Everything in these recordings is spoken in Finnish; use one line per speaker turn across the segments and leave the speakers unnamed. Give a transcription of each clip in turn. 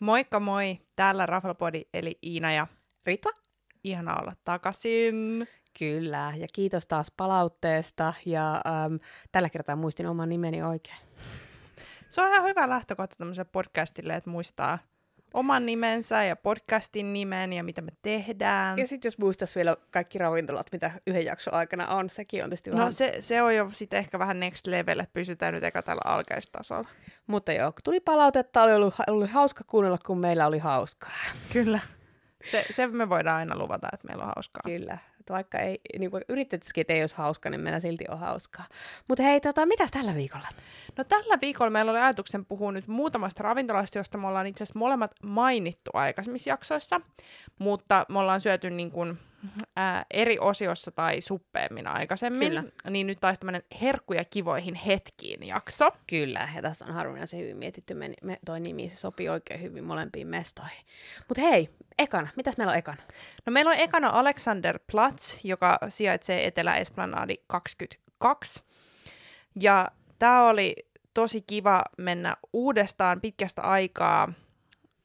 Moikka moi, täällä Raflopodi eli Iina ja
Ritva?
ihana olla takaisin.
Kyllä, ja kiitos taas palautteesta ja äm, tällä kertaa muistin oman nimeni oikein.
Se on ihan hyvä lähtökohta tämmöiselle podcastille, että muistaa oman nimensä ja podcastin nimen ja mitä me tehdään.
Ja sitten jos muistaisi vielä kaikki ravintolat, mitä yhden jakson aikana on, sekin on tietysti
No
vähän...
se, se on jo sitten ehkä vähän next level, että pysytään nyt eka tällä alkaistasolla.
Mutta joo, kun tuli palautetta, oli ollut, ollut hauska kuunnella, kun meillä oli hauskaa.
Kyllä. Se, se me voidaan aina luvata, että meillä on hauskaa.
Kyllä. Että vaikka ei, niin kuin yritettäisikin, että ei olisi hauska, niin meillä silti on hauskaa. Mutta hei, tota, mitäs tällä viikolla?
No tällä viikolla meillä oli ajatuksen puhua nyt muutamasta ravintolasta, josta me ollaan itse asiassa molemmat mainittu aikaisemmissa jaksoissa, mutta me ollaan syöty niin kuin, ää, eri osiossa tai suppeemmin aikaisemmin,
Kyllä.
niin nyt taisi tämmöinen herkkuja kivoihin hetkiin jakso.
Kyllä, ja tässä on harvinaisen hyvin mietitty. Me, me, toi nimi se sopii oikein hyvin molempiin mestoihin. Mutta hei, ekana, mitäs meillä on ekana?
No meillä on ekana Alexander Platz, joka sijaitsee Etelä-Esplanadi 22. Ja tämä oli tosi kiva mennä uudestaan pitkästä aikaa.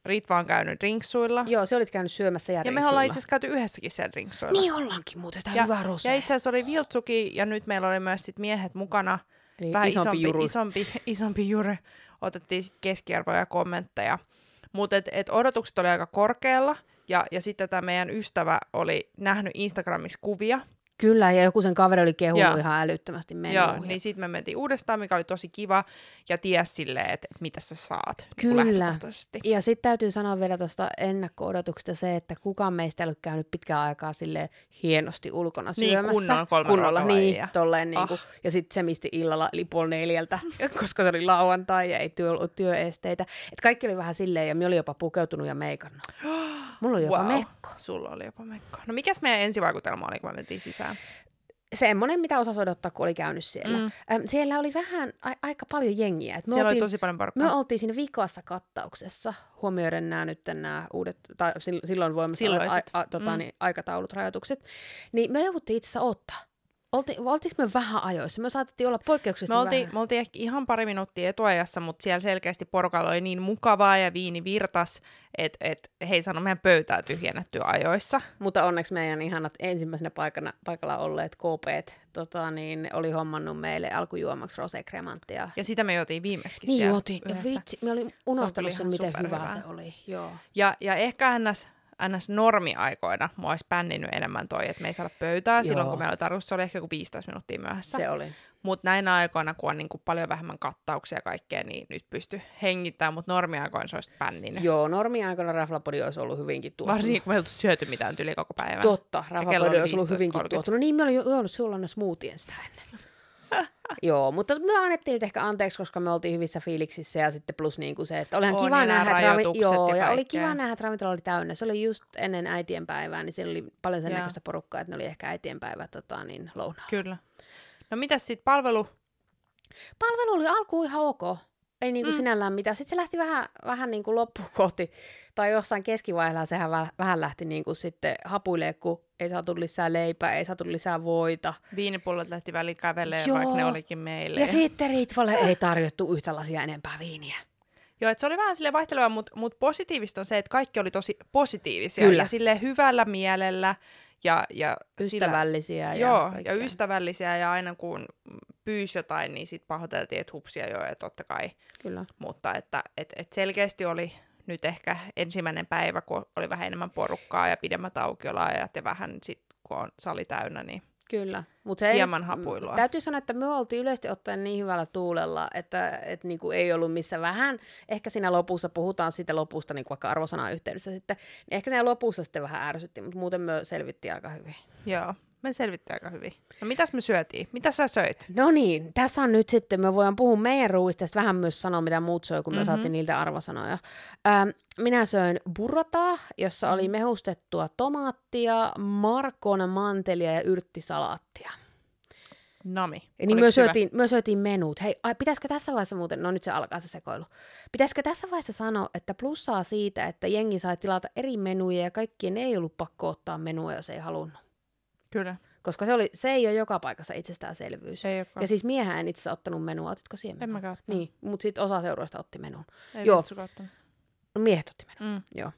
Ritva on käynyt rinksuilla.
Joo, se olit käynyt syömässä ja
Ja me ollaan itse asiassa käyty yhdessäkin siellä rinksuilla.
Niin ollaankin muuten, sitä
Ja-
ja, hyvää rosea.
Ja itse asiassa oli Viltsuki ja nyt meillä oli myös sit miehet mukana.
Eli
Vähän
Niin, isompi,
isompi,
juru.
isompi, isompi jure. Otettiin sitten keskiarvoja ja kommentteja. Mutta et, et odotukset oli aika korkealla. Ja, ja sitten tämä meidän ystävä oli nähnyt Instagramissa kuvia.
Kyllä, ja joku sen kaveri oli kehunut
Joo.
ihan älyttömästi
Joo,
menuun.
niin sitten me mentiin uudestaan, mikä oli tosi kiva. Ja ties silleen, että et mitä sä saat niinku
Kyllä.
lähtökohtaisesti.
Ja sitten täytyy sanoa vielä tuosta ennakko-odotuksesta se, että kukaan meistä ei ollut käynyt pitkään aikaa sille hienosti ulkona
Niin,
syömässä.
kunnon kolme
kunnolla,
ruokalajia.
niin, tolleen niin kuin,
Ah.
Ja sitten se misti illalla, eli puoli neljältä, koska se oli lauantai ja ei työ, ollut työesteitä. Et kaikki oli vähän silleen, ja minä olin jopa pukeutunut ja meikannut. Mulla oli jopa
Wow.
wow. mekko.
Sulla oli jopa mekko. No mikäs meidän ensivaikutelma oli, kun me mentiin sisään?
Semmoinen, mitä osasi odottaa, kun oli käynyt siellä.
Mm.
Mm. Äm, siellä oli vähän, a, aika paljon jengiä. Et me
Siellä oli
oltiin-
tosi paljon porukkaa.
Me oltiin siinä vikassa kattauksessa, huomioiden nämä nyt nämä uudet, tai sil- silloin voimassa olevat
Silloiset.
a, a, tota,
Mm.
mm. niin, aikataulut, rajoitukset, niin me jouduttiin itse asiassa odottaa. Olti, oltiinko me vähän ajoissa? Me saatettiin olla
Me
poikkeuksellisesti
oltiin,
vähän.
me oltiin ehkä ihan pari minuuttia etuajassa, mutta siellä selkeästi porukalla oli niin mukavaa ja viini virtas, että et, he ei saanut meidän pöytää tyhjennettyä ajoissa.
Mutta onneksi meidän ihanat ensimmäisenä paikana, paikalla olleet KPt tota, niin, oli hommannut meille alkujuomaksi rosekremanttia.
Ja sitä me juotiin viimeiskin
Niin
siellä
juotiin. Ja
yhdessä.
vitsi, me olin unohtanut
ihan
sen, miten
superhyvää.
hyvää se oli. Joo.
Ja, ja ehkä ns, ns normiaikoina mua olisi pänninyt enemmän toi, että me ei saada pöytää Joo. silloin,
Joo.
kun meillä oli tarkoitus, se oli ehkä joku 15 minuuttia myöhässä.
Se oli.
Mutta näinä aikoina, kun on niinku paljon vähemmän kattauksia ja kaikkea, niin nyt pysty hengittämään, mutta normiaikoina se olisi pänninyt.
Joo, normiaikoina raflapodi olisi ollut hyvinkin tuossa.
Varsinkin, kun me ei oltu syöty mitään tyli koko päivän.
Totta,
kello oli
rahapöydä olisi ollut
15.30.
hyvinkin tuotu. No niin, me olin ju- juonut sulla ne smoothien sitä ennen. Joo, mutta me annettiin nyt ehkä anteeksi, koska me oltiin hyvissä fiiliksissä ja sitten plus niin kuin se, että olihan
On, ja nämä
kiva nähdä, että ravi-
rajoitukset
joo,
ja
ja, oli
kaikkea.
kiva nähdä, että ravintola oli täynnä. Se oli just ennen äitien päivää, niin siellä oli paljon sen
Joo.
näköistä porukkaa, että ne oli ehkä äitien päivä tota, niin, lounaa.
Kyllä. No mitäs sitten palvelu?
Palvelu oli alkuun ihan ok. Ei niin kuin
Mm.
mm. sinällään mitään. Sitten se lähti vähän, vähän niin kuin loppukohti. Tai jossain keskivaiheella sehän väl- vähän lähti niin kuin sitten hapuilee, kun ei saatu lisää leipää, ei saatu lisää voita.
Viinipullot lähti välillä kävelemään,
Joo.
vaikka ne olikin meille.
Ja sitten Ritvalle ei tarjottu yhtä lasia enempää viiniä.
Joo, et se oli vähän sille vaihtelevaa, mutta mut positiivista on se, että kaikki oli tosi positiivisia.
Kyllä.
Ja sille hyvällä mielellä ja, ja
Ystävällisiä
Sillä,
ja
joo, ja
kaikkea.
ystävällisiä ja aina kun pyysi jotain, niin sitten pahoiteltiin, että hupsia joo ja totta kai.
Kyllä.
Mutta että et, et selkeästi oli nyt ehkä ensimmäinen päivä, kun oli vähän enemmän porukkaa ja pidemmät aukiolaajat ja vähän sitten kun on sali täynnä, niin
Kyllä. Mut se ei-
Hieman hapuilua.
M- Täytyy sanoa, että me oltiin yleisesti ottaen niin hyvällä tuulella, että et niinku ei ollut missä vähän. Ehkä siinä lopussa, puhutaan siitä lopusta niinku vaikka arvosanan yhteydessä sitten, niin ehkä siinä lopussa sitten vähän ärsytti, mutta muuten me selvittiin aika hyvin.
joo, me selvittiin aika hyvin. No mitäs me syötiin? Mitä sä söit?
No niin, tässä on nyt sitten, me voidaan puhua meidän ruuista, ja sitten vähän myös sanoa, mitä muut söi, kun me
Mhm.
mm-hmm. saatiin niiltä arvosanoja. Ähm, minä söin burrataa, jossa
Mm-hmm.
oli mehustettua tomaattia, markona, mantelia ja yrttisalaattia.
Nami.
Ja niin
Oliko
myös
hyvä?
syötiin, myös syötiin menut. Hei, ai, pitäisikö tässä vaiheessa muuten, no nyt se alkaa se sekoilu. Pitäisikö tässä vaiheessa sanoa, että plussaa siitä, että jengi sai tilata eri menuja ja kaikkien ei ollut pakko ottaa menua, jos ei halunnut.
Kyllä,
Koska se, oli, se ei ole joka paikassa itsestäänselvyys.
se ei olekaan.
Ja siis miehän en itse asiassa ottanut menua, Niin, otitko siihen
En
menua?
mäkään.
Niin, mutta sitten osa seuroista otti menun.
Ei
Joo.
vitsu kattonut.
No miehet otti menon.
Mm.
Joo.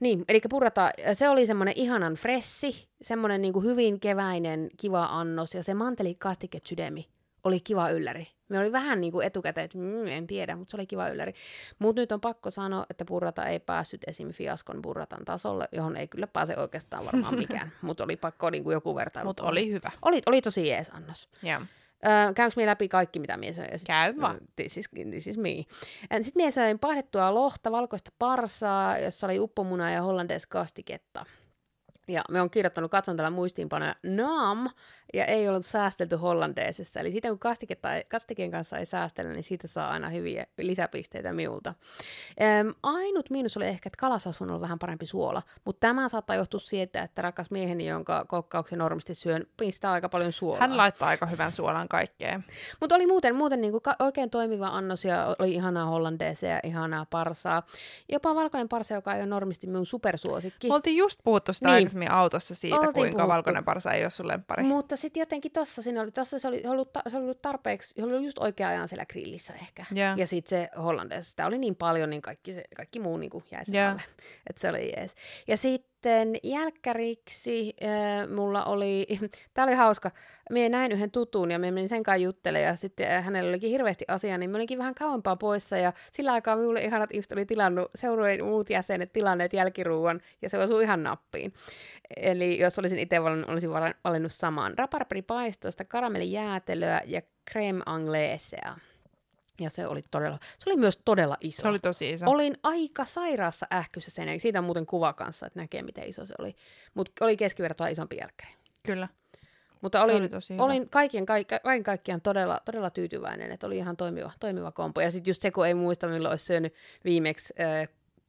Niin, eli purata, se oli semmoinen ihanan fressi, semmoinen niinku hyvin keväinen, kiva annos, ja se manteli kastiket sydämi oli kiva ylläri. Me oli vähän niinku etukäteen, että mm, en tiedä, mutta se oli kiva ylläri. Mutta nyt on pakko sanoa, että purrata ei päässyt esim. fiaskon purratan tasolle, johon ei kyllä pääse oikeastaan varmaan mikään, mutta oli pakko niinku joku vertailu.
Mutta oli hyvä.
Oli, oli tosi jees annos.
Ja.
Öö, käykö minä läpi kaikki, mitä minä söin? Ja sit-
Käy vaan.
Mm, This is, this is me. Sitten minä söin pahdettua lohta, valkoista parsaa, jossa oli uppomunaa ja hollandeeskastiketta. Ja me on kirjoittanut, katson täällä muistiinpanoja, naam, ja ei ollut säästelty hollandeisessa. Eli siitä kun kastiketta ei, kastikkeen kanssa ei säästellä, niin siitä saa aina hyviä lisäpisteitä miulta. Öm, ainut miinus oli ehkä, että kalasaus on ollut vähän parempi suola, mutta tämä saattaa johtua siitä, että rakas mieheni, jonka kokkauksen normisti syön, pistää aika paljon suolaa.
Hän laittaa aika hyvän suolan kaikkeen.
Mutta oli muuten, muuten niinku ka- oikein toimiva annos ja oli ihanaa hollandeisia ja ihanaa parsaa. Jopa valkoinen parsa, joka ei ole normisti minun supersuosikki.
Me oltiin just puhuttu sitä
Niin.
niin. aikaisemmin autossa siitä,
Oltiin
Oltiin kuinka
puhuttu. Mm.
puhuttu. valkoinen parsa ei ole sun lemppari.
Mutta sitten jotenkin tossa, siinä oli, tossa se, oli ollut, ta- se oli ollut tarpeeksi, se oli ollut just oikea ajan siellä grillissä ehkä.
Joo.
Ja sitten se hollandeissa, sitä oli niin paljon, niin kaikki, se, kaikki muu niin kuin jäi sen
Joo.
alle. Et se oli jees. Ja sitten jälkkäriksi äh, mulla oli, tämä oli hauska, minä näin yhden tutun ja minä menin sen kanssa juttelemaan ja sitten äh, hänellä olikin hirveästi asiaa, niin minä olinkin vähän kauempaa poissa ja sillä aikaa minulle ihanat ihmiset oli tilannut, seurueen muut jäsenet tilanneet jälkiruuan ja se osui ihan nappiin. Eli jos olisin itse valinnut, olisin vara- valinnut saman. Raparparipaistoista, karamelijäätelöä ja crème anglaisea. Ja se oli todella, se oli myös todella iso.
Se oli tosi iso.
Olin aika sairaassa ähkyssä sen jälkeen. Siitä on muuten kuva kanssa, että näkee miten iso se oli. Mutta oli keskivertoa isompi jälkkäri.
Kyllä.
Mutta olin,
oli tosi hyvä.
olin kaiken, kaik, kaiken kaikkiaan todella, todella tyytyväinen, että oli ihan toimiva, toimiva kompo. Ja sitten just se, kun ei muista, milloin olisi syönyt viimeksi äh,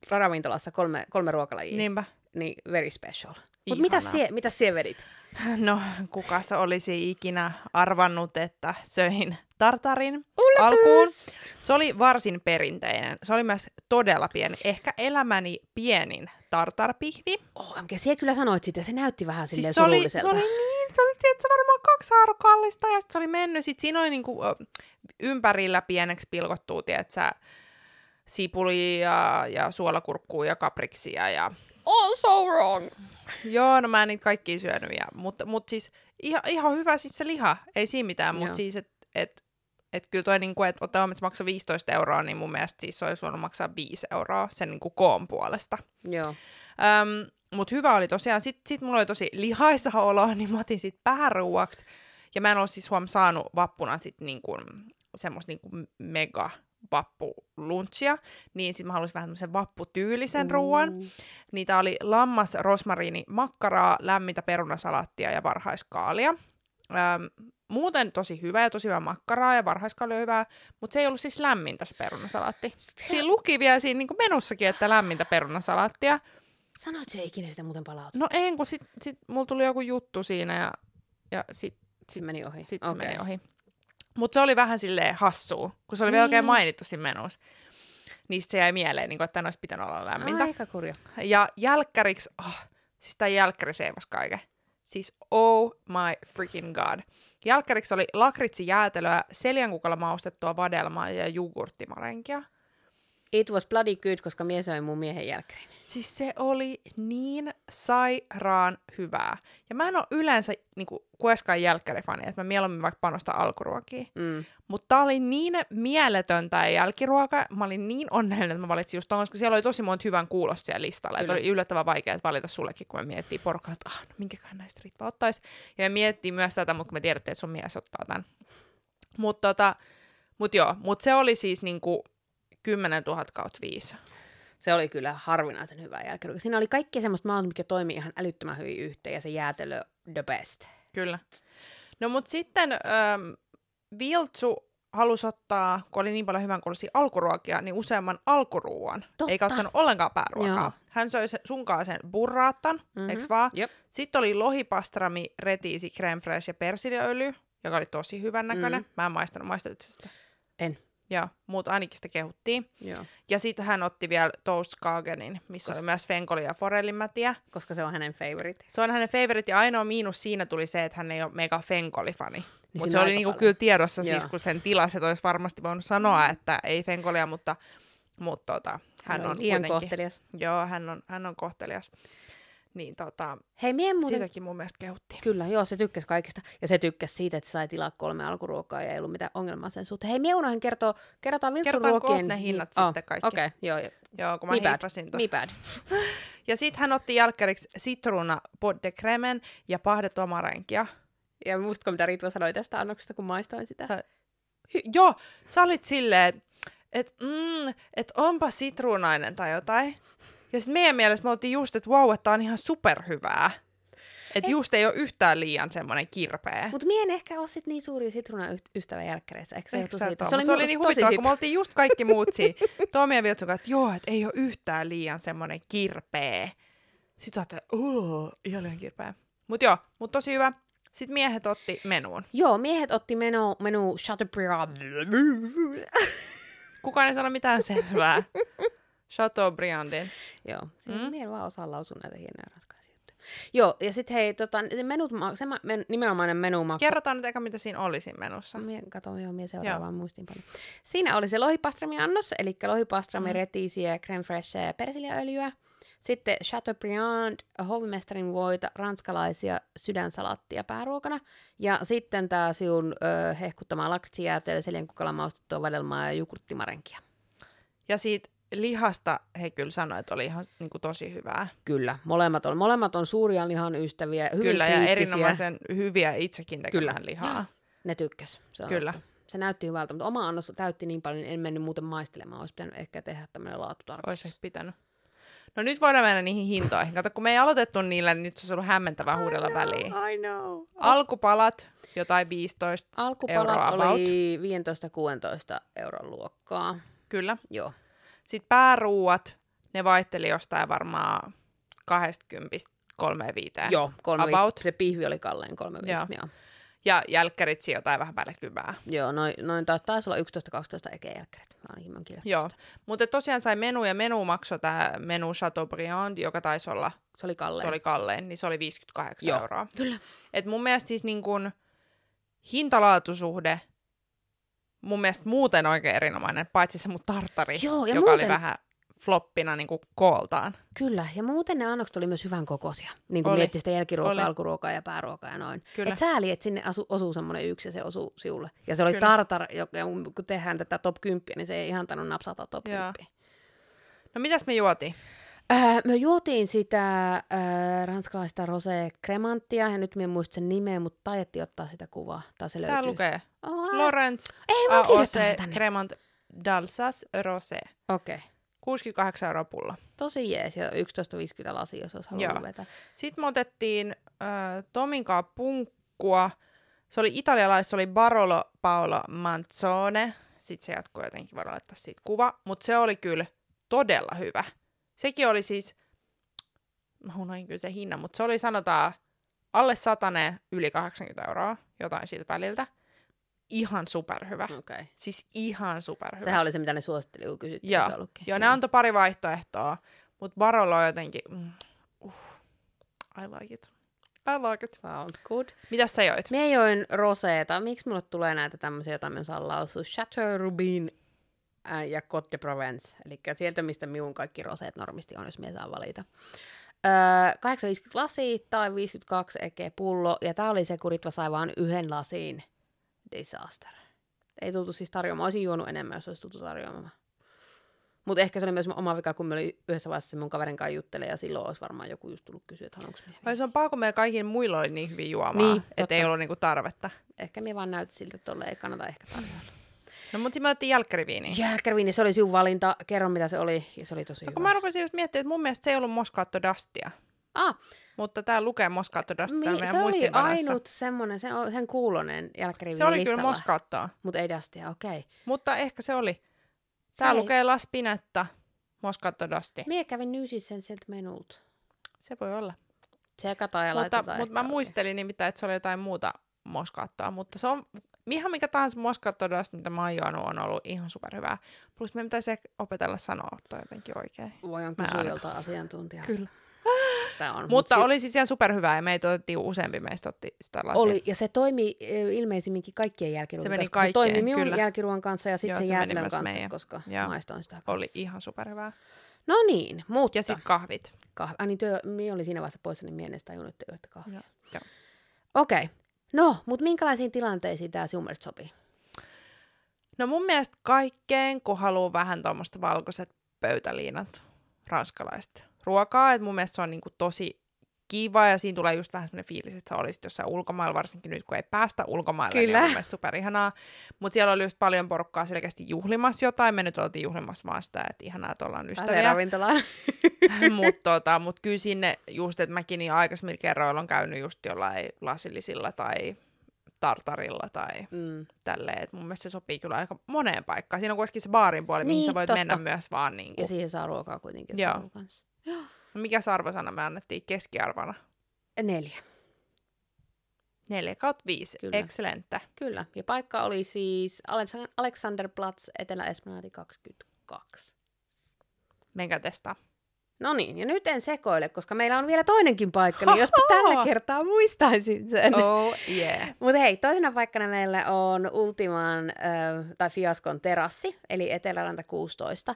ravintolassa kolme, kolme ruokalajia, niin,
Niinpä.
niin very special. Mutta mitä
Ihanaa.
sie, mitä sie vedit?
No, kuka se olisi ikinä arvannut, että söin tartarin alkuun. Se oli varsin perinteinen. Se oli myös todella pieni, ehkä elämäni pienin tartarpihvi.
OMG, sie kyllä sanoit sitä, Oh, se näytti vähän silleen
Siis se, oli, se
surulliselta.
oli niin, se oli tiedätkö, varmaan kaksi haarukallista ja sitten se oli mennyt. Sitten siinä oli niinku, ö, ympärillä pieneksi pilkottuu, tiedätkö, sipulia ja, ja suolakurkkuu ja kapriksia ja
All so wrong!
Joo, no mä en niitä kaikkia syönyt, ja, mutta, mutta siis ihan, ihan hyvä siis se liha, ei siinä mitään,
Joo.
mutta siis et, et, et kyllä toi niinku, että ottaa että se maksaa 15 euroa, niin mun mielestä siis se olisi voinut maksaa 5 euroa sen niinku koon puolesta.
Joo.
Öm, mut hyvä oli tosiaan, sit, sit mulla oli tosi lihaisa olo, niin mä otin sit pääruuaksi. Ja mä en ole siis huom saanut vappuna sit niinku, semmoista niinku mega vappulunchia, niin sit mä halusin vähän tämmöisen
Mm.
vapputyylisen ruoan. Niitä oli lammas, rosmariini, makkaraa, lämmintä perunasalaattia ja varhaiskaalia. Öm, muuten tosi hyvä ja tosi hyvä makkaraa ja varhaiskaalia hyvää, mutta se ei ollut siis lämmintä se perunasalaatti. Siinä luki vielä siinä niin menussakin, että lämmintä perunasalaattia.
Sanoit se ikinä sitä muuten palautta?
No en, kun sit, sit mulla tuli joku juttu siinä ja, ja sit,
se meni ohi.
sit okay. se
Okei.
meni ohi. Mutta se oli vähän silleen hassua, kun se oli vielä oikein
Niin.
mainittu siinä menussa. Niistä se jäi mieleen, niin että olisi pitänyt olla lämmintä.
Aika kurja.
Ja jälkkäriksi, oh, siis tämä jälkkäri seivas kaiken. Siis oh my freaking god. Jälkkäriksi oli lakritsijäätelöä, seljankukalla maustettua vadelmaa ja jogurttimarenkia.
It was bloody good, koska mies söi mun miehen jälkeen.
Siis se oli niin sairaan hyvää. Ja mä en ole yleensä niinku, kueskaan jälkkärifani, että mä mieluummin vaikka panostan alkuruokiin.
Mm.
Mutta tää oli niin mieletöntä ja jälkiruoka. Mä olin niin onnellinen, että mä valitsin just ton, koska siellä oli tosi monta hyvän kuulosta siellä listalla. Että
Kyllä.
oli yllättävän vaikea valita sullekin, kun me miettii porukalla, että ah, no minkäköhän näistä Ritva ottaisi. Ja me miettii myös tätä, mutta kun me tiedettiin, että sun mies ottaa tämän. Mutta tota, mut joo, mut se oli siis niinku 10 000 kautta 5.
Se oli kyllä harvinaisen hyvä jälkiruoka. Siinä oli kaikki semmoista maata, mikä toimii ihan älyttömän hyvin yhteen, ja se jäätelö the best.
Kyllä. No mut sitten ähm, Viltsu halusi ottaa, kun oli niin paljon hyvän kuulosia alkuruokia, niin useamman alkuruuan.
Totta.
Eikä ottanut ollenkaan pääruokaa.
Joo. Mhm.
Hän söi se, sunkaan sen burraattan, mm-hmm. eiks vaan?
Jep.
Sitten oli lohipastrami, retiisi, creme fraiche ja persiljööljy, joka oli tosi hyvän näköinen. Mm-hmm. Mä en maistanut, maistanut itse sitä.
Mm. En.
Joo, mutta ainakin sitä kehuttiin.
Joo.
Ja sitten hän otti vielä Toastkagenin, missä
Kost-
oli myös fenkolia ja forellimätiä.
Koska se on hänen favorite.
Se on hänen favorite ja ainoa miinus siinä tuli se, että hän ei ole mega fenkolifani.
Niin siinä
Mutta se
on
oli
aika
niinku
paljon.
kyllä tiedossa
Joo. Mm.
siis, kun sen tilasi, että olisi varmasti voinut sanoa, että ei fenkolia, mutta Mutta tota, hän on
liian
kuitenkin...
kohtelias.
Joo, hän on, hän on kohtelias. Niin tota,
Hei, mie muuten...
siitäkin mun mielestä kehuttiin.
Kyllä, joo, se tykkäsi kaikista. Ja se tykkäsi siitä, että se sai tilaa kolme alkuruokaa ja ei ollut mitään ongelmaa sen suhteen. Hei, mie unohdin kertoa, kerrotaan Viltsun
Kerrotaan
ruokien...
kohta ne hinnat
hi-
sitten kaikki.
Okei, Niin okay, joo, joo.
Joo, kun mä
Me bad.
hiippasin
Me
tuossa.
bad.
Ja sitten hän otti jälkkäriksi sitruuna pot de cremen ja pahdet omarenkia.
Ja muistatko, mitä Ritva sanoi tästä annoksesta, kun maistoin sitä?
Sä- Hy- joo, sä olit silleen, että mm, et onpa sitruunainen tai jotain. Ja sitten meidän mielestä me oltiin just, että wow, että tää on ihan superhyvää.
Eh.
Että just ei ole yhtään liian semmoinen kirpeä.
Mutta mie en ehkä ole sit niin suuri sitruunan ystävän jälkkäreissä. Eikö se
Eikö
johtu
sä
siitä?
et oo? Mut se oli
mulle
niin
tosi
huvittavaa, kun me
sitru-
oltiin just kaikki muut siinä. Tomi ja Viltsun kanssa, että joo, että ei ole yhtään liian semmoinen kirpeä. Sitten oot, että "Oo, ihan liian kirpeä. Mut joo, mut tosi hyvä. Sitten miehet otti menuun.
Joo, miehet otti menu, menu Chateaubriand.
Kukaan ei sano mitään selvää. Chateaubriandin.
Joo,
Mm.
siinä mm. mie en vaan osaa lausua näitä hienoja raskaisia juttuja. Joo, ja sit hei, tota, ne menut, ma- se ma- men, nimenomainen menu maksoi
Kerrotaan nyt eka, mitä siinä oli siinä menussa.
Mie katon joo, mie seuraavaan muistiinpanoon. Siinä oli se lohipastramiannos, eli lohipastrami,
Mm.
mm. retisiä, creme fraiche ja persiljaöljyä. Sitten Chateaubriand, hovimestarin voita, ranskalaisia sydänsalattia pääruokana. Ja sitten tää siun ö, hehkuttama laktijäätelö, seljen kukalla maustettua vadelmaa ja jukurttimarenkia.
Ja siitä lihasta he kyllä sanoivat, että oli ihan niin kuin, tosi hyvää.
Kyllä, molemmat on, molemmat on suuria lihan ystäviä, hyvin
kyllä, ja
kriittisiä.
erinomaisen hyviä itsekin tekemään
Kyllä.
lihaa.
Ne tykkäs. Se on
Kyllä.
totta. Se näytti hyvältä, mutta oma annos täytti niin paljon, niin en mennyt muuten maistelemaan. Olisi pitänyt ehkä tehdä tämmöinen laatutarkastus.
Olisi ehkä pitänyt. No nyt voidaan mennä niihin hintoihin. Kato, kun me ei aloitettu niillä, niin nyt se olisi ollut hämmentävää huudella väliin.
I know.
Alkupalat, jotain 15, Euroa
Alkupalat
about.
oli 15-16 euron luokkaa.
kyllä.
Joo.
Sitten pääruuat, ne vaihteli jostain varmaan 20 kolme viiteen.
Joo, kolme
Äh, About.
about. Se pihvi oli kalleen 3
Joo.
joo. joo.
Ja jälkkärit siinä jotain vähän päälle kymää.
joo noin, noin taas, taisi olla 11-12 eke jälkkärit. Mä ainakin mä oon kirjoittanut.
Joo, mutta tosiaan sai menu ja menu maksoi tämä menu Chateaubriand, joka taisi olla,
Se oli kalleen.
se oli kalleen, niin se oli 58
Joo.
euroa.
Kyllä.
Et mun mielestä siis niin kun hintalaatusuhde, mun mielestä muuten oikein erinomainen, paitsi se mun tartari,
Joo, ja
joka
muuten-
oli vähän floppina niin kuin kooltaan.
Kyllä, ja muuten ne annokset oli myös hyvän kokoisia. Niin
Oli.
kuin miettii sitä jälkiruokaa,
Oli.
alkuruokaa ja pääruokaa ja noin.
Kyllä.
Et sääli, että sinne asu, osuu semmoinen yksi ja se osuu siulle. Ja se oli
Kyllä.
Kyllä. tartar, joka, ja kun tehdään tätä top 10, niin se ei ihan tainnut napsata top
Joo.
10.
No mitäs me juotiin?
Öö, me juotiin sitä öö, ranskalaista rosé cremanttia, ja nyt minä en muista sen nimeä, mutta taiettiin ottaa sitä kuvaa. Tai se
Tää
löytyy.
lukee.
Oh, Lor-
Lorenz
ei, mä oon kirjoittanut
AOC
sitä tänne.
Cremant d'Alsace Rosé.
Okei. Okay.
68 euroa pulla.
Tosi jees, ja 11.50 lasi, jos olisi halunnut
Joo.
vetää.
Sitten me otettiin äh, Tominkaa punkkua. Se oli italialais, se oli Barolo Paolo Manzone. Sitten se jatkuu jotenkin, voidaan laittaa siitä kuva. Mutta se oli kyllä todella hyvä. Sekin oli siis, mä unohdin kyllä se hinnan, mutta se oli sanotaan alle 100 yli 80 euroa, jotain siltä väliltä. Ihan superhyvä.
Okei. Okay.
Siis ihan superhyvä.
Sehän oli se, mitä ne suositteli, kun kysyttiin.
Joo.
eikö se ollutkin?
Joo, ne antoi pari vaihtoehtoa, mutta Barolo on jotenkin... Mm, uh, I like it. I like it.
Sounds good.
Mitäs sä joit?
Mie join roseeta. Miksi mulle tulee näitä tämmöisiä, joita me osaan lausua? Chateau Rubin ää, ja Côte de Provence. Eli sieltä, mistä minun kaikki roseet normisti on, jos mie saan valita. Öö, 850 lasia tai 52 eke pullo. Ja tää oli se, kun Ritva sai vaan yhden lasiin. Disaster. Ei tultu siis tarjoamaan. Olisin juonut enemmän, jos olisi tultu tarjoamaan. Mutta ehkä se oli myös mun oma vika, kun me oli yhdessä vaiheessa mun kaverin kanssa juttelee, ja silloin olisi varmaan joku just tullut kysyä, että haluanko mie
Vai se on paha, kun meillä kaikilla muilla oli niin hyvin juomaa,
Niin,
niin, että ei
totta.
ollut niinku tarvetta.
ehkä minä vaan näytin siltä, että tolle ei kannata ehkä tarjoilla.
No mut sit me otettiin jälkkäriviiniä.
Jälkkäriviini, se oli sinun valinta. Kerro, mitä se oli. Ja se oli tosi
No,
hyvä.
kun mä rupesin just miettimään, että mun mielestä se ei ollut Moscato Dustia.
Ah,
Mutta tää lukee Moscato Dust
mi-
täällä
se
meidän
oli
muistinpanossa.
ainut semmoinen, sen, sen kuulonen jälkkäriviini
Se oli kyllä
listalla.
Moscatoa,
Mutta ei Dustia, okei. Okay.
mutta ehkä se oli. Tää
ei-
lukee Laspinetta, Moscato Dusti.
Mie kävin nyysissä sen sieltä menulta.
Se voi olla.
Tsekataan ja
mutta,
laitetaan.
mutta mä
ehkä
muistelin nimittäin, että se oli jotain muuta moskaattoa, mutta se on ihan mikä tahansa moskaattodasta, mitä mä oon juonut, on ollut ihan superhyvää. Plus meidän pitäisi ehkä opetella sanoa toi jotenkin oikein.
oikein. Voidaan
Mä
kysyä
en
joltain
osaa.
asiantuntijalta.
Kyllä.
sitä on. Mut
Mutta
si-
oli siis ihan superhyvä ja meitä otettiin useampi, meistä otti sitä lasia.
Oli, ja se toimi ö, ilmeisimminkin kaikkien jälkiruokan
Se meni
kanssa, kun Se toimi
kaikkeen,
minun
kyllä.
jälkiruoan kanssa ja
Joo,
sitten sen
se meni
jäätelön
myös
kanssa,
meidän.
koska
Joo.
maistoin sitä kanssa.
Oli ihan superhyvää.
No niin, mutta...
Ja sitten kahvit.
kahvi. Ai niin, työ, minä olin siinä vaiheessa poissa, niin minä en edes tajunnut, että yhtä kahvia.
Joo, joo.
Okei. Okay. No, mutta minkälaisiin tilanteisiin tämä sinun mielestä sopii?
No mun mielestä kaikkeen, kun haluaa vähän tuommoista valkoiset pöytäliinat ranskalaista ruokaa, että mun mielestä se on niinku tosi kiva ja siinä tulee just vähän semmoinen fiilis, että sä olisit jossain ulkomailla, varsinkin nyt kun ei päästä ulkomaille,
Kyllä.
niin on mun mielestä superihanaa. Mutta siellä oli just paljon porukkaa selkeästi juhlimassa jotain, me nyt oltiin juhlimassa vaan sitä, että ihanaa, että ollaan
Pääsee
ystäviä.
ravintolaan.
Mutta tota, mut kyllä sinne just, että mäkin niin aikaisemmin kerroilla on käynyt just jollain lasillisilla tai tartarilla tai
Mm.
tälleen, että mun mielestä se sopii kyllä aika moneen paikkaan. Siinä on kuitenkin se baarin puoli, mihin
Niin,
sä voit
totta.
mennä myös vaan niin
Ja
kuin.
siihen saa ruokaa kuitenkin.
Joo.
Joo. Kanssa.
Mikä arvosana me annettiin keskiarvona?
Neljä,
4 kautta 5.
Kyllä.
Excellente.
kyllä. Ja paikka oli siis Aleksan- Alexanderplatz, Etelä-Esplanadi 22.
Menkää testaa.
No niin, ja nyt en sekoile, koska meillä on vielä toinenkin paikka, niin jospa tällä kertaa muistaisin sen.
Oh yeah.
Mutta hei, toisena paikkana meillä on Ultiman äh, tai Fiaskon terassi, eli Eteläranta 16.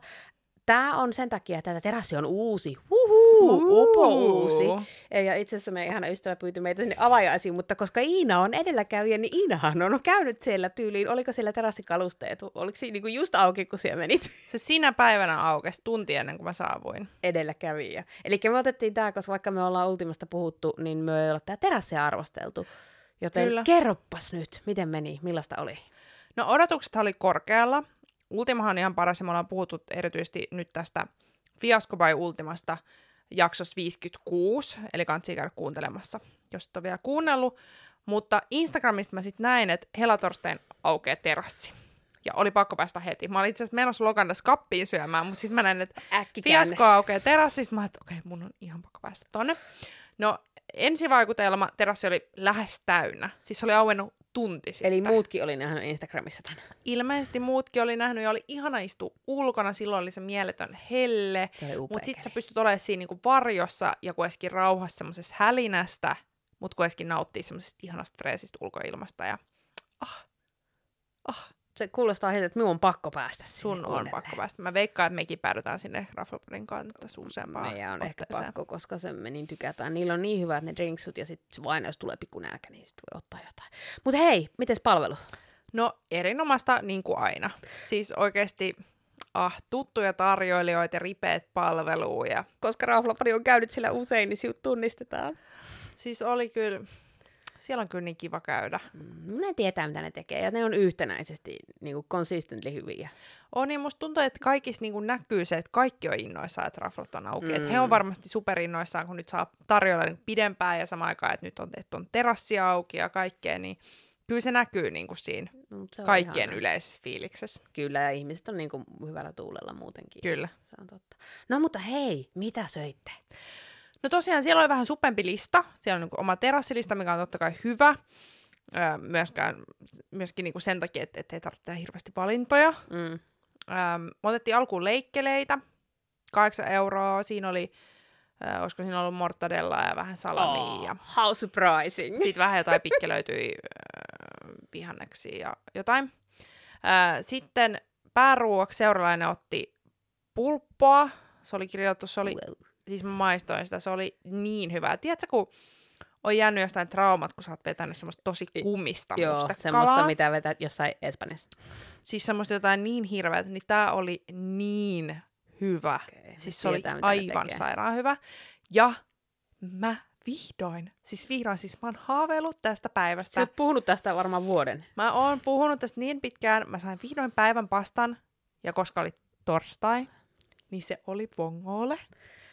Tämä on sen takia, että tämä terassi on uusi. Huhuu, upo uusi. Ja itse asiassa meidän ihana ystävä pyyti meitä sinne avajaisiin, mutta koska Iina on edelläkävijä, niin Iinahan on käynyt siellä tyyliin. Oliko siellä terassikalusteet? Oliko siinä niinku just auki, kun siellä menit?
Se sinä päivänä aukesi tunti ennen kuin mä saavuin.
Edelläkävijä. Eli me otettiin tämä, koska vaikka me ollaan Ultimasta puhuttu, niin me ei olla tämä terassia arvosteltu. Joten
Kyllä.
Kyllä. kerroppas nyt, miten meni, millaista oli?
No odotukset oli korkealla. Ultimahan on ihan paras ja me ollaan puhuttu erityisesti nyt tästä Fiasko by Ultimasta jaksossa 56, eli kannattaa käydä kuuntelemassa, jos et ole vielä kuunnellut. Mutta Instagramista mä sitten näin, että helatorstain aukeaa terassi. Ja oli pakko päästä heti. Mä olin itse asiassa menossa Lokandas kappiin syömään, mutta sitten mä näin, että
Äkkikäänne.
Fiasko aukeaa terassista. Mä ajattelin, että okei, mun on ihan pakko päästä tonne. No, ensivaikutelma terassi oli lähes täynnä. Siis se oli auennut tunti sitten.
Eli muutkin oli nähnyt Instagramissa tämän.
Ilmeisesti muutkin oli nähnyt ja oli ihana istua ulkona, silloin oli se mieletön helle.
Se oli upea
Mutta sitten sä
keli.
pystyt olemaan siinä niinku varjossa ja kuitenkin rauhassa semmoisessa hälinästä, mutta kuitenkin nauttii semmoisesta ihanasta freesistä ulkoilmasta ja ah,
Se kuulostaa siltä, että minun on pakko päästä sinne
sun on
uudelleen.
pakko päästä. Mä veikkaan, että mekin päädytään sinne Rafflepodin kanssa tässä useampaan
Mm, Meidän on ehkä
otteeseen.
pakko, koska se me niin tykätään. Niillä on niin hyvät ne drinksut ja sitten vain jos tulee pikku nälkä, niin sitten voi ottaa jotain. Mutta hei, mites palvelu?
No erinomaista niin kuin aina. Siis oikeasti ah, tuttuja tarjoilijoita ja ripeät palvelua ja
Koska Rauflapari on käynyt sillä usein, niin siut tunnistetaan.
siis oli kyllä, siellä on kyllä niin kiva käydä.
Mm, Ne tietää, mitä ne tekee ja ne on yhtenäisesti niin kuin consistently hyviä.
On niin musta tuntuu, että kaikissa niin näkyy se, että kaikki on innoissaan, että raflat on auki. Mm. Et he
Mm.
on varmasti superinnoissaan, kun nyt saa tarjolla niin pidempään ja samaan aikaan, että nyt on, että on terassia auki ja kaikkea, niin kyllä se näkyy niin kuin siinä
No, mut se on
kaikkien
ihana.
yleisessä fiiliksessä.
Kyllä, ja ihmiset on niin kuin hyvällä tuulella muutenkin.
Kyllä.
Se on totta. No mutta hei, mitä söitte?
No tosiaan siellä oli vähän supempi lista. Siellä on niin oma terassilista, mikä on totta kai hyvä. Öö, myöskään, myöskin niin sen takia, että, että ei tarvitse tehdä hirveästi valintoja.
Mm.
Ähm, me otettiin alkuun leikkeleitä, 8 euroa. Siinä oli, äh, olisiko siinä ollut mortadella ja vähän salamia. Oh. Ja
how surprising.
sitten vähän jotain pikkelöityi äh, vihanneksi ja jotain. Äh, sitten pääruoksi seuralainen otti pulppoa. Se oli kirjoitettu, se oli, siis mä maistoin sitä, se oli niin hyvää. Tiedätkö, kun on jäänyt jostain traumat, kun sä oot vetänyt semmoista tosi
I-
kumista
Joo, semmoista,
mustakalaa.
mitä vetät jossain Espanjassa.
Siis semmoista jotain niin hirveätä, niin tää oli niin hyvä.
Okei, nyt
Siis se oli
tietää, mitä ne
aivan
tekee.
sairaan hyvä. Ja mä vihdoin, siis vihdoin, siis mä oon haaveillut tästä
Sä
päivästä.
oot puhunut tästä varmaan vuoden.
Mä oon puhunut tästä niin pitkään, mä sain vihdoin päivän pastan, ja koska oli torstai, niin se oli Vongole.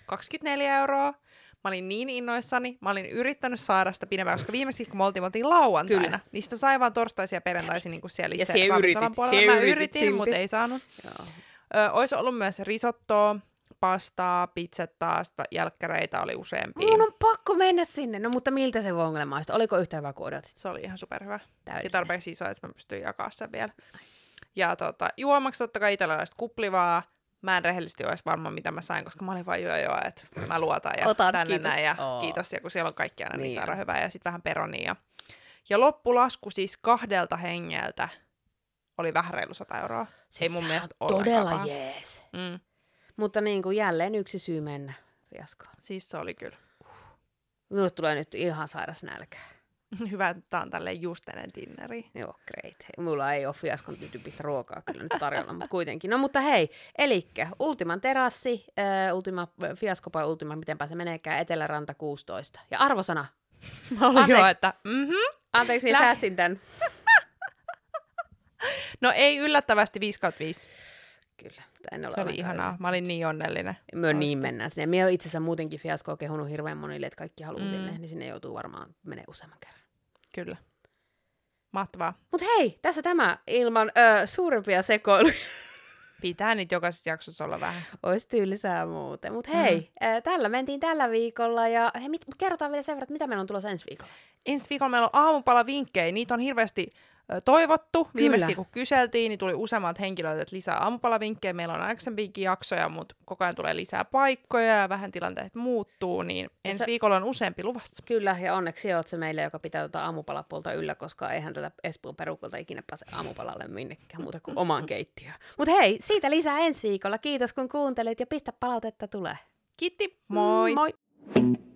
24 euroa. Mä olin niin innoissani, mä olin yrittänyt saada sitä pidemmän, koska viimeksi kun me oltiin, me oltiin lauantaina,
Kyllä.
Kyllä. niin sitä sai vaan torstaisin ja perjantaisin niin kuin siellä
Ja
itse
sie
ravintolan
yritit,
puolella.
sie
Mä
yritit
yritin, mutta
silti.
ei saanut.
Joo.
Ö, olisi ollut myös risottoa, pastaa, pizzattaa, sit jälkkäreitä oli useampia.
Mun on pakko mennä sinne. No mutta miltä se vongle maistui? Oliko yhtä hyvä kuin odotit?
Se oli ihan superhyvä. Ja
Täydellinen.
tarpeeksi iso, että mä pystyn jakaa sen vielä. Ja tota, juomaksi totta kai italialaista kuplivaa. Mä en rehellisesti ole edes varma, mitä mä sain, koska mä olin vaan joo joo, että mä luotan ja
Otan,
tänne
kiitos.
näin ja
Oo.
kiitos. Ja kun siellä on kaikki aina, niin,
Niin
niin saadaan
on.
hyvää ja sitten vähän peronia. Ja, ja loppulasku siis kahdelta hengeltä oli vähän reilu 100 euroa. Ei mun
sehän
mielestä
on
ollenkaan
Siis Todella
paha.
jees.
Mm,
Mutta niin kuin jälleen yksi syy mennä fiaskoon.
siis se oli kyllä.
Minulle tulee nyt ihan sairas nälkä.
Hyvä, että tää on tälleen just ennen dinneriä.
Joo, great. Mulla ei ole fiaskon tyyppistä ruokaa kyllä nyt tarjolla, mutta kuitenkin. No mutta hei, elikkä Ultiman terassi, äh, Ultima, fiasko vai Ultima, mitenpä se meneekään, Eteläranta 16. Ja arvosana,
Mä olin jo,
Anteeksi.
että mhm.
anteeksi, minä
Lä-
säästin tämän.
No ei yllättävästi 5 kautta 5.
Kyllä, mutta en ole
Se oli
ollenkaan
ihanaa. Mä olin niin onnellinen.
Me on niin
Oikeesti.
mennään sinne. Mie on itse asiassa muutenkin fiaskoa kehunut hirveän monille, että kaikki haluaa
Mm.
mm. sinne, niin sinne joutuu varmaan menee useamman kerran.
Kyllä. Mahtavaa.
Mutta hei, tässä tämä ilman ö, suurempia sekoiluja.
Pitää nyt jokaisessa jaksossa olla vähän.
Olisi tylsää muuten. Mutta hei, mm. ö, tällä mentiin tällä viikolla ja hei, mit, kerrotaan vielä sen verran, että mitä meillä on tulossa ensi viikolla.
Ensi viikolla meillä on aamupala vinkkejä. Niitä on hirveästi ö, toivottu. Viimeksi kun kyseltiin, niin tuli useammat henkilöt, että lisää aamupalavinkkejä. Meillä on aikaisempiakin jaksoja, mutta koko ajan tulee lisää paikkoja ja vähän tilanteet muuttuu, niin ensi
sä-
viikolla on useampi luvassa.
Kyllä, ja onneksi oot se meille, joka pitää tuota aamupalapuolta yllä, koska eihän tätä Espoon perukolta ikinä pääse aamupalalle minnekään muuta kuin omaan keittiöön. Mutta hei, siitä lisää ensi viikolla. Kiitos kun kuuntelit ja pistä palautetta tulee.
Kiitti, moi!
Moi!